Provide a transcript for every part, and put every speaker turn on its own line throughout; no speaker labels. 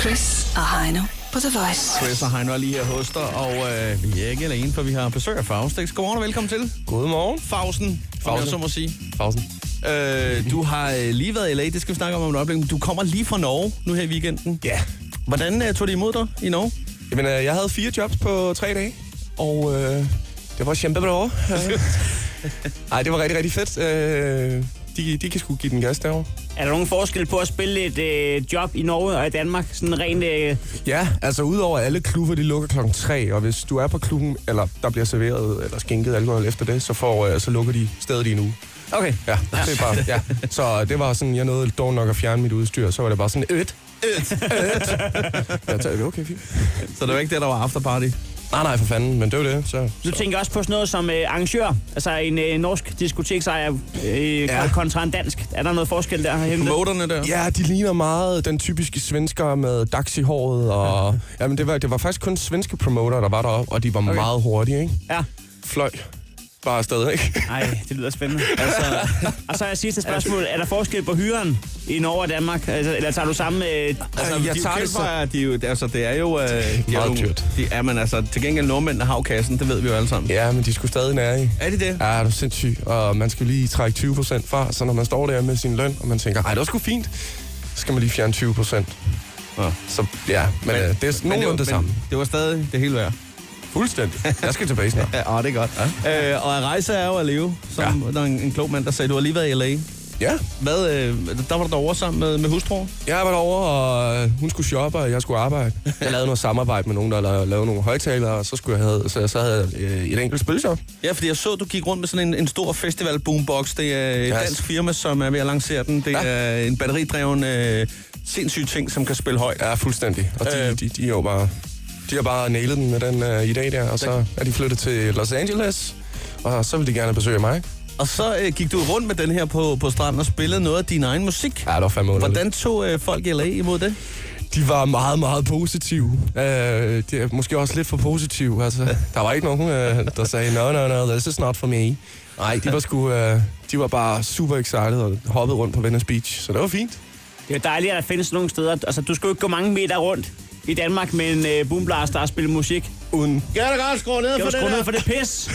Chris og Heino på The Voice.
Chris og Heino er lige her hos dig, og øh, vi er ikke alene, for vi har besøg af Faustix. Godmorgen og velkommen til.
Godmorgen.
Fausten, Fausten. jeg
Fausten.
så må sige.
Pausen.
Øh, du har øh, lige været i LA, det skal vi snakke om om et øjeblik, men du kommer lige fra Norge nu her i weekenden.
Ja.
Hvordan øh, tog det imod dig i Norge?
Jamen, øh, jeg havde fire jobs på tre dage, og øh, det var kæmpebra. Øh, Ej, det var rigtig, rigtig fedt. Øh, de, de kan sgu give den gas derovre.
Er der nogen forskel på at spille et øh, job i Norge og i Danmark? Sådan rent... Øh,
Ja, altså udover alle klubber, de lukker klokken 3, og hvis du er på klubben, eller der bliver serveret eller skænket alkohol efter det, så, får, øh, så lukker de stedet i en uge.
Okay.
Ja, det er bare, ja. Så det var sådan, jeg nåede dog nok at fjerne mit udstyr, så var det bare sådan, et, et, et. Jeg tager, okay, fint.
Så det var ikke det, der var afterparty?
Nej, nej, for fanden, men det var det, så...
du tænker også på sådan noget som øh, arrangør. Altså en øh, norsk diskoteksejer øh, ja. kontra en dansk. Er der noget forskel der? Hente?
Voterne der?
Ja, de ligner meget den typiske svensker med dags i håret, og... Jamen, det var, det var faktisk kun svenske promoter, der var deroppe, og de var okay. meget hurtige, ikke?
Ja.
Fløj. Bare afsted, ikke?
Nej, det lyder spændende. Altså, og så er sidste spørgsmål. Er der forskel på hyren i Norge og Danmark? Altså, eller tager du samme... Øh,
Altså,
jeg
de
tager det så-
tager det, de jo, altså, det er jo... Øh, det er
meget
jo,
dyrt.
De, ja, men altså, til gengæld nordmændene har jo kassen, det ved vi jo alle sammen.
Ja, men de skulle stadig nære i.
Er det det?
Ja, er du sindssyg. Og man skal jo lige trække 20 procent fra, så når man står der med sin løn, og man tænker, ej, det var sgu fint, så skal man lige fjerne 20 procent.
Ja.
Så ja, men, men øh, det er
men
nogenlunde det,
var-
det samme.
men Det var stadig det hele værd.
Fuldstændig. Jeg skal tilbage snart.
Ja, åh, det er godt. Ja. Øh, og at rejse er jo at leve, som ja. der er en, en klog mand, der sagde, du har lige været i L.A.
Ja,
Hvad, øh, der var du derovre sammen med, med hustruen?
Jeg var derovre, og øh, hun skulle shoppe, og jeg skulle arbejde. Jeg lavede noget samarbejde med nogen, der la- lavede nogle højtalere, og så, skulle jeg have, så, så havde jeg øh, et enkelt spilshop.
Ja, fordi jeg så, du gik rundt med sådan en, en stor festival boombox. Det er et
Yes.
dansk firma, som er ved at lancere den. Det
Ja.
er en batteridreven øh, sindssyg ting, som kan spille højt.
Ja, fuldstændig. Og de,
Øh.
øh. de, de, er jo bare, de har bare nailet den med den øh, i dag der, og så er de flyttet til Los Angeles, og så vil de gerne besøge mig.
Og så øh, gik du rundt med den her på, på stranden og spillede noget af din egen musik.
Ja, det var fandme underligt.
Hvordan tog øh, folk i L.A. imod det?
De var meget, meget positive. Øh, de er måske også lidt for positive. Altså, der var ikke nogen, øh, der sagde, no, no, no, this is not for me. Nej, de var, sgu, øh, de var bare super excited og hoppede rundt på Venice Beach, så det var fint.
det er jo dejligt, at der findes nogle steder. Altså, du skal jo ikke gå mange meter rundt i Danmark med en øh, boomblaster og spille musik.
Uden
Kan du godt skrue ned
Jeg vil skrue ned for det pis.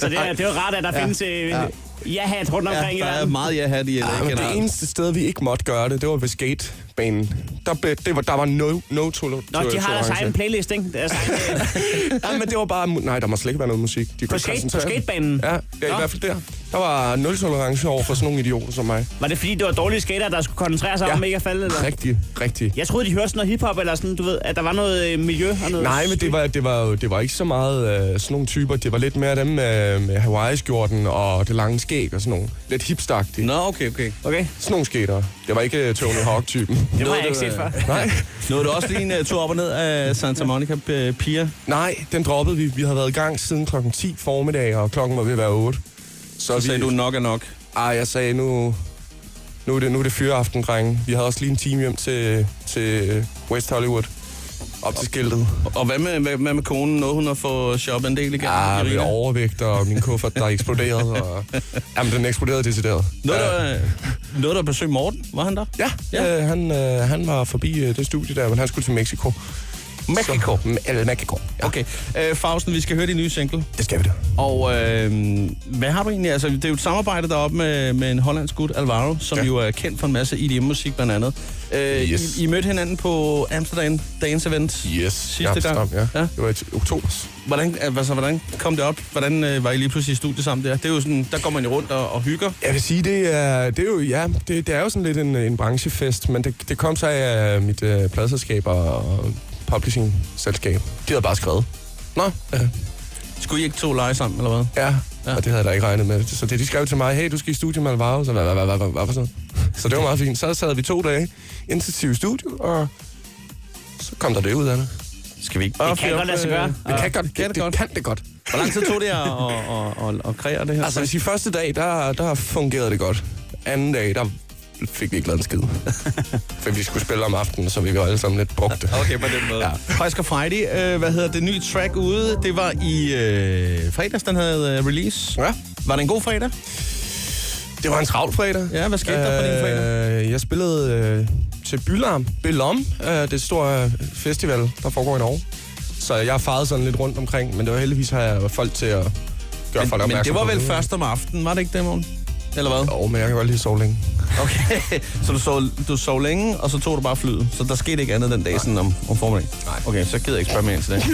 så det er, det er jo rart, at der ja. findes øh, ja. ja-hat rundt omkring
Ja, der
ja, i
er
verden.
meget jeg hat i L.A.
Ja, men det
generelt.
eneste sted, vi ikke måtte gøre det, det var ved skatebanen. Der, blev, det var, der var no, no to,
Nå, de har deres egen playlist, ikke? Deres egen, øh,
Ja, men det var bare... mu- Nej, der må slet ikke være noget musik. De kunne
skate-
koncentrere
på
sig.
skatebanen?
Ja, ja i
Nå.
hvert fald der. Der var nul tolerance over for sådan nogle idioter som mig.
var det fordi, det var dårlige skater, der skulle koncentrere sig ja. om ikke at falde? Eller?
Rigtig, rigtig.
Jeg troede, de hørte sådan noget hiphop eller sådan, du ved, at der var noget øh, miljø og noget...
Nej, men det var, det var, jo- det var ikke så meget øh, sådan nogle typer. Det var lidt mere dem øh, med Hawaii-skjorten og det lange skæg og sådan nogle. Lidt hipstagtigt.
Nå, okay, okay.
Okay,
Sådan nogle skater. Det var ikke øh, Tony Hawk-typen.
det har
Nåede
jeg ikke
du,
set
øh,
før.
Nej.
Nåede du også lige en uh, tur op og ned af Santa Monica uh, Pier?
Nej, den droppede vi. Vi havde været i gang siden klokken 10 formiddag, og klokken var ved at være 8.
Så sagde
vi,
du nok er nok.
Ej, jeg sagde, nu, nu, er, det, nu er det fyreaften, drenge. Vi havde også lige en time hjem til, til øh, West Hollywood. Op til skiltet.
Og hvad med, hvad, hvad med konen? Nåede hun at få shoppet en del igen?
Ja, med
Ah, Irina?
overvægt og min kuffert, der eksploderede. Og... Jamen, den eksploderede decideret.
Nåede
Ja.
du, øh, nåede du at besøge Morten? Var han der?
Ja,
Ja.
ja. Øh, han, øh, han var forbi øh, det studie der, men han skulle til Mexico.
Mexico?
Så, m- eller Mexico, ja.
Okay. Øh, Fausten, vi skal høre din nye single.
Det skal vi da.
Og øh, hvad har du egentlig? Altså, det er jo et samarbejde deroppe med, med en hollandsk gut, Alvaro, som ja.
Ja.
jo er kendt for en masse IDM-musik blandt andet. Øh,
Yes.
I, I mødte hinanden på Amsterdam Dance Event.
Yes.
Sidste gang.
Ja.
Ja.
ja. Det var i oktober.
Hvordan, altså, hvordan kom det op? Hvordan øh, var I lige pludselig i studiet sammen der? Det er jo sådan, der går man jo rundt og, og hygger.
Jeg vil sige, det er, det er jo, ja, det, det er jo sådan lidt en, en branchefest, men det, det kom så af øh, mit øh, pladselskab og, og publishing-selskab. De havde bare skrevet. Nå, øh,
Skulle I ikke to lege sammen, eller hvad?
ja.
Ja.
ja. Og det havde jeg da ikke regnet med. Så det, de skrev til mig, hey, du skal i studiet med Alvaro, så hvad, hvad, hvad, hvad, hvad, hvad for sådan noget? Så det var meget fint. Så sad vi to dage intensivt i studiet, og så kom der det ud af det.
Skal vi ikke
Det kan godt lade sig gøre.
Det kan, godt, det,
kan det
det,
godt.
kan det godt.
øh, Hvor lang tid tog det at, at, at, at, at kreere det her?
Altså, hvis i første dag, der, der fungerede det godt. Anden dag, der fik vi ikke lavet en skid. For vi skulle spille om aftenen, så vi var alle sammen lidt brugte.
Okay, på den måde. Ja. Husker Friday, øh, hvad hedder det nye track ude? Det var i øh, fredags, den havde øh, release.
Ja,
Var det en god fredag?
det var en travl fredag.
Ja, hvad skete der på din fredag?
Øh, Jeg spillede øh, til Bylarm, Bellom, øh, det store øh, festival, der foregår i Norge. Så jeg har faret sådan lidt rundt omkring, men det var heldigvis har jeg folk til at gøre folk
Men, men det
opmærksom
var
på
vel først om aftenen, var det ikke det, morgen? Eller hvad?
Jo, men jeg kan godt lide at sove længe.
Okay, så du sov, du sov længe, og så tog du bare flyet. Så der skete ikke andet den dag sådan om, om formiddagen? Nej. Okay, så gider jeg ikke spørge mere ind til det.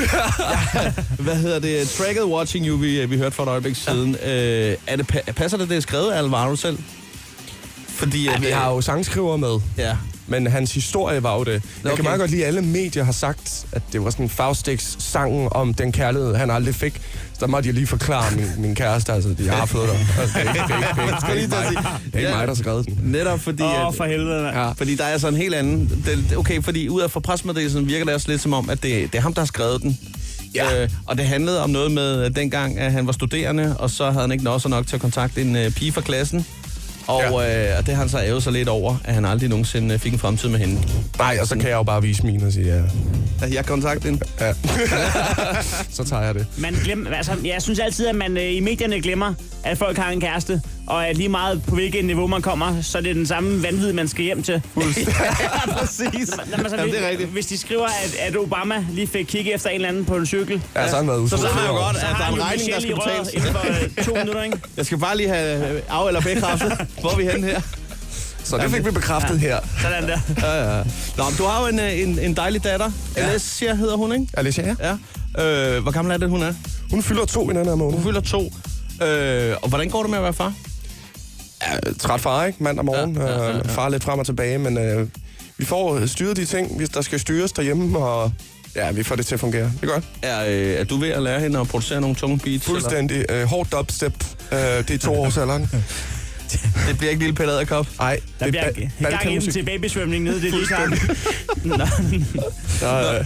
ja, hvad hedder det? Tracket Watching You, vi, vi hørte for et øjeblik siden. Øh, er det, pa- passer det, det er skrevet af Alvaro selv? Fordi
Ja,
at, øh,
vi har jo sangskriver med,
Ja.
men hans historie var jo det. Jeg
okay.
kan meget godt lide, at alle medier har sagt, at det var sådan Faustix sangen om den kærlighed, han aldrig fik. Så der måtte jeg lige forklare min, min kæreste, altså, jeg har fået dig. Altså, det er ikke, det er ikke, det er ikke, det er ikke, mig. Det er ikke mig, der har skrevet den.
Netop fordi...
Åh,
at-
for helvede, mand.
Ja.
Fordi der er sådan en helt anden... Det, det- okay, fordi ud af fra presmeddelelsen virker det også lidt som om, at det, det er ham, der har skrevet den.
Ja.
Øh, og det handlede om noget med øh, dengang, at han var studerende, og så havde han ikke nosser nok til at kontakte en øh, pige fra klassen. Og, øh, og det har han så ævet sig lidt over, at han aldrig nogensinde øh, fik en fremtid med hende.
Nej, og så kan jeg jo bare vise min og sige, ja,
Altså, jeg kontaktede hende.
ja. så tager jeg det.
Man glem, altså, jeg synes altid, at man øh, i medierne glemmer, at folk har en kæreste, og at lige meget på hvilket niveau man kommer, så er det den samme vanvid, man skal hjem til.
Ja, præcis.
Når man så,
Jamen, det er rigtigt.
altså, Hvis de skriver, at, at Obama lige fik kigge efter en eller anden på en cykel,
Ja, så har han været
Så ved man jo
utrolig.
godt, at der
har
er
han
en
jo
regning, der
Michelle i
skal
røret
betales.
inden for øh, to minutter, ikke?
Jeg skal bare lige have øh, af- eller bekræftet, hvor er vi hen her.
Så det fik vi bekræftet her.
Sådan der.
Ja, ja. Nå, men du har jo en, øh, en, en dejlig datter. Ja.
Ja.
Alessia hedder hun, ikke?
Alicia, ja.
Ja. Øh, hvor gammel er det, hun er?
hun fylder to i den her måned.
Hun fylder to. Øh, og hvordan går det med at være far?
Ja, træt far, ikke? Mandag morgen. Ja, ja, ja, ja. Far lidt frem og tilbage, men øh, vi får styret de ting, hvis der skal styres derhjemme, og ja, vi får det til at fungere. Det er godt.
Er, øh, er du ved at lære hende at producere nogle tunge beats? eller?
Fuldstændig øh, hårdt dubstep. Øh, det er to års alderen.
Det bliver ikke lille Pelle Adderkop.
Nej,
Der
det
bliver
er
en
ba-
gang ind til
balkanmusik.
babysvømning nede, det er lige klart. Nå,
Der, øh,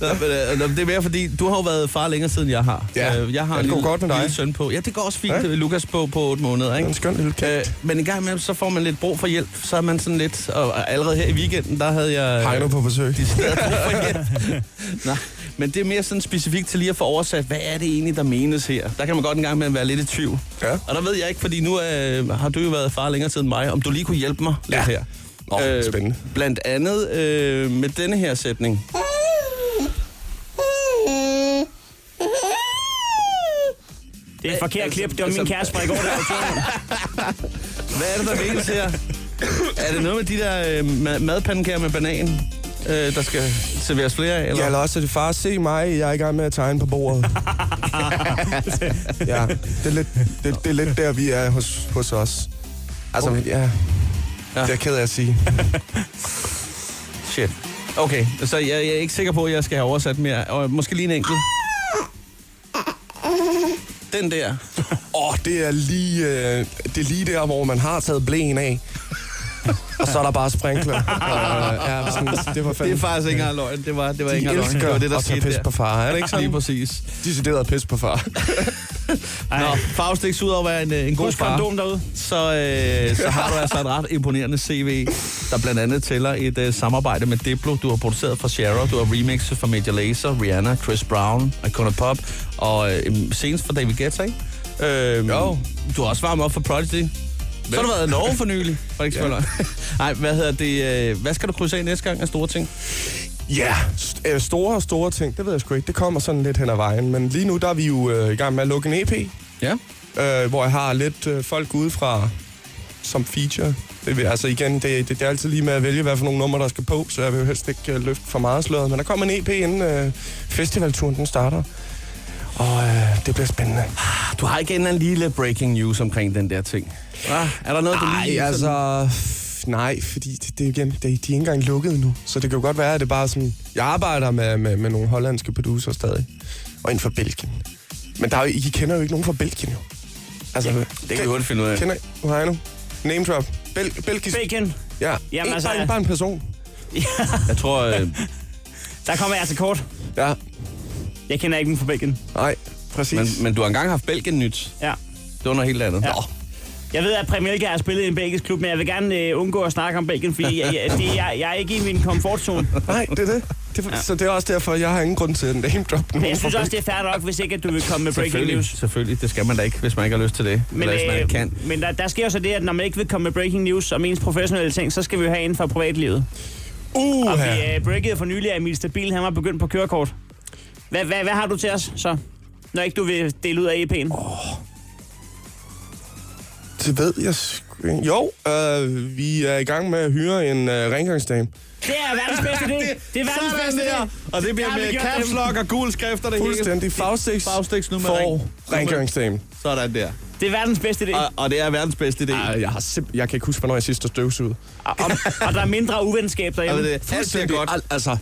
Nå, men, øh, nå, men det er mere fordi, du har jo været far længere siden jeg har. Øh,
Ja.
jeg har
Ja,
en
det går
lille,
godt med dig.
lille søn på. Ja, det går også fint,
Ja.
ja. Lukas på, på 8 måneder. Ikke?
en skøn lille
Øh,
kat.
men en gang imellem, så får man lidt brug for hjælp. Så er man sådan lidt... Og, og allerede her i weekenden, der havde jeg... øh,
Heino på besøg.
decideret brug for hjælp. Nej, men det er mere sådan specifikt til lige at få oversat, hvad er det egentlig, der menes her? Der kan man godt engang med at være lidt i tvivl.
Ja.
Og der ved jeg ikke, fordi nu øh, har du jo været far længere tid end mig, om du lige kunne hjælpe mig lidt
Ja.
her. Øh,
Nå, spændende.
Blandt andet øh, med denne her sætning.
det er et
Altså,
forkert klip, det var min kæreste fra i går, der var
Hvad er det, der menes her? er det noget med de der øh, ma- madpandekager med banan, øh, der skal serveres flere af? Eller?
Ja, eller også er det far, se mig, jeg er i gang med at tegne på bordet. ja, det er, lidt, det, det er lidt der, vi er hos, hos os. Altså, okay. ja,
Ja.
det er jeg ked af at sige.
Shit. Okay, så jeg, jeg er ikke sikker på, at jeg skal have oversat mere. Og måske lige en enkelt. Den der.
Åh, oh, det er lige øh, det er lige der, hvor man har taget blæen af. og så er der bare sprinkler. Og, øh, ja, sådan, det
Det er
var fandme...
faktisk ikke engang løgn. Det var, det var ikke
de
engang løgn.
elsker
Det var det, der
at tage
skete
pis
der.
på far, er det ikke sådan?
Lige præcis.
Decideret pis på far.
Nå, Faust, ikke ud over at være en, øh, en god
Husk
far,
kondom derude.
så, øh, så har du altså et ret imponerende CV, der blandt andet tæller et øh, samarbejde med Diplo. Du har produceret for Shara, du har remixet for Major Lazer, Rihanna, Chris Brown, Icona Pop, og øh, senest for David Guetta, ikke? Øh, jo. Du har også varmet op for Prodigy. Så har du været i Norge for nylig, for ikke ja. Nej, hvad hedder det? Øh, hvad skal du krydse af næste gang af store ting?
Ja, st- øh, store og store ting, det ved jeg sgu ikke. Det kommer sådan lidt hen ad vejen. Men lige nu, der er vi jo øh, i gang med at lukke en EP,
Ja.
øh, hvor jeg har lidt øh, folk udefra som feature. Det, vil- altså igen, det, det, det er altid lige med at vælge, hvad for nogle numre, der skal på, så jeg vil jo helst ikke øh, løfte for meget sløret. Men der kommer en EP, inden øh, festivalturen den starter. Og øh, det bliver spændende.
Du har ikke en eller anden lille breaking news omkring den der ting. Ah, er der noget, du
Nej,
lige... sådan-
altså... f- Nej, fordi det, det, er igen, det, de er ikke engang lukket nu. Så det kan jo godt være, at det bare er sådan... Jeg arbejder med, med, med nogle hollandske producer stadig. Og en fra Belgien. Men der er jo, I kender jo ikke nogen fra Belgien, jo. Altså, ja,
Det kan vi hurtigt finde ud af.
Kender I? Hvor er jeg nu? Name drop. Bel, Belgisk.
Bacon.
ja.
Jamen,
Jamen, en, altså,
altså-
bare, en, bare en person.
Jeg tror, øh,
Der kommer jeg altså kort.
Ja,
Jeg kender ikke den fra Bacon.
nej, præcis.
men,
Men, men,
men du har engang haft Belgien nyt.
Ja.
Det var noget helt andet.
Ja. Jeg ved, at Premier League har spillet i en belgisk klub, men jeg vil gerne øh, undgå at snakke om Belgien, fordi jeg, jeg, det, jeg, jeg er ikke i min komfortzone.
nej, det er det. det ja. Så det er også derfor, jeg har ingen grund til at name drop nogen
Men jeg synes
fra
også, det er fair nok, hvis ikke at du vil komme med breaking
Selvfølgelig,
news.
selvfølgelig. Det skal man da ikke, hvis man ikke har lyst til det. Men,
Men, øh,
Eller hvis man ikke kan.
men der, der sker jo så det, at når man ikke vil komme med breaking news om ens professionelle ting, så skal vi jo have inden for privatlivet.
Uha.
Og vi øh, breakede for nylig, at Emil Stabil han var begyndt på kørekort. Hvad, hvad, hvad har du til os så? Når ikke du vil dele ud af EP'en. Oh.
Det ved jeg sgu ikke. Jo, øh, vi er i gang med at hyre en øh, rengøringsdame.
Det er verdens bedste idé. Det er verdens
Sådan
bedste
der.
idé.
Og det bliver
Der har vi
med
gjort
caps
dem.
lock og gul skrift og det
Fuldstændig. Faustix,
Faustix nu med
for
ring.
rengøringsdame.
Sådan der.
Det er verdens bedste idé.
Og, og det er verdens bedste idé.
Ej, Altså, Jeg, har simp- jeg kan ikke huske, hvornår jeg sidst har støvsuget.
Og, og, og der er mindre uvenskab derhjemme.
Altså, det, alt bliver godt.
Al- altså,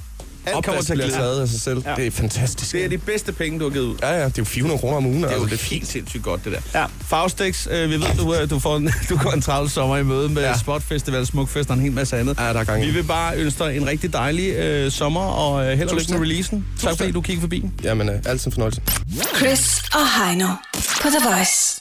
Alt kommer til at
blive
glæde.
taget af sig selv.
Ja.
Ja. Det er fantastisk.
Det er de bedste penge, du har givet ud.
Ja, ja, det er jo 400 kroner om ugen.
Det er jo
altså,
helt sindssygt godt, det der.
Ja.
Faustix, øh, vi ved, du, øh, du, får en, du går en travl sommer i møde med ja.
Ja.
Spotfestival, Smukfest og en hel masse andet.
Ja, der er gang i
Vi
den.
vil bare ønske dig en rigtig dejlig øh, sommer, og øh, held og lykke med
Tusind.
releasen. Tak fordi
Tusind.
du kiggede forbi.
Jamen, øh, altid en fornøjelse.
Chris og Heino på The Voice.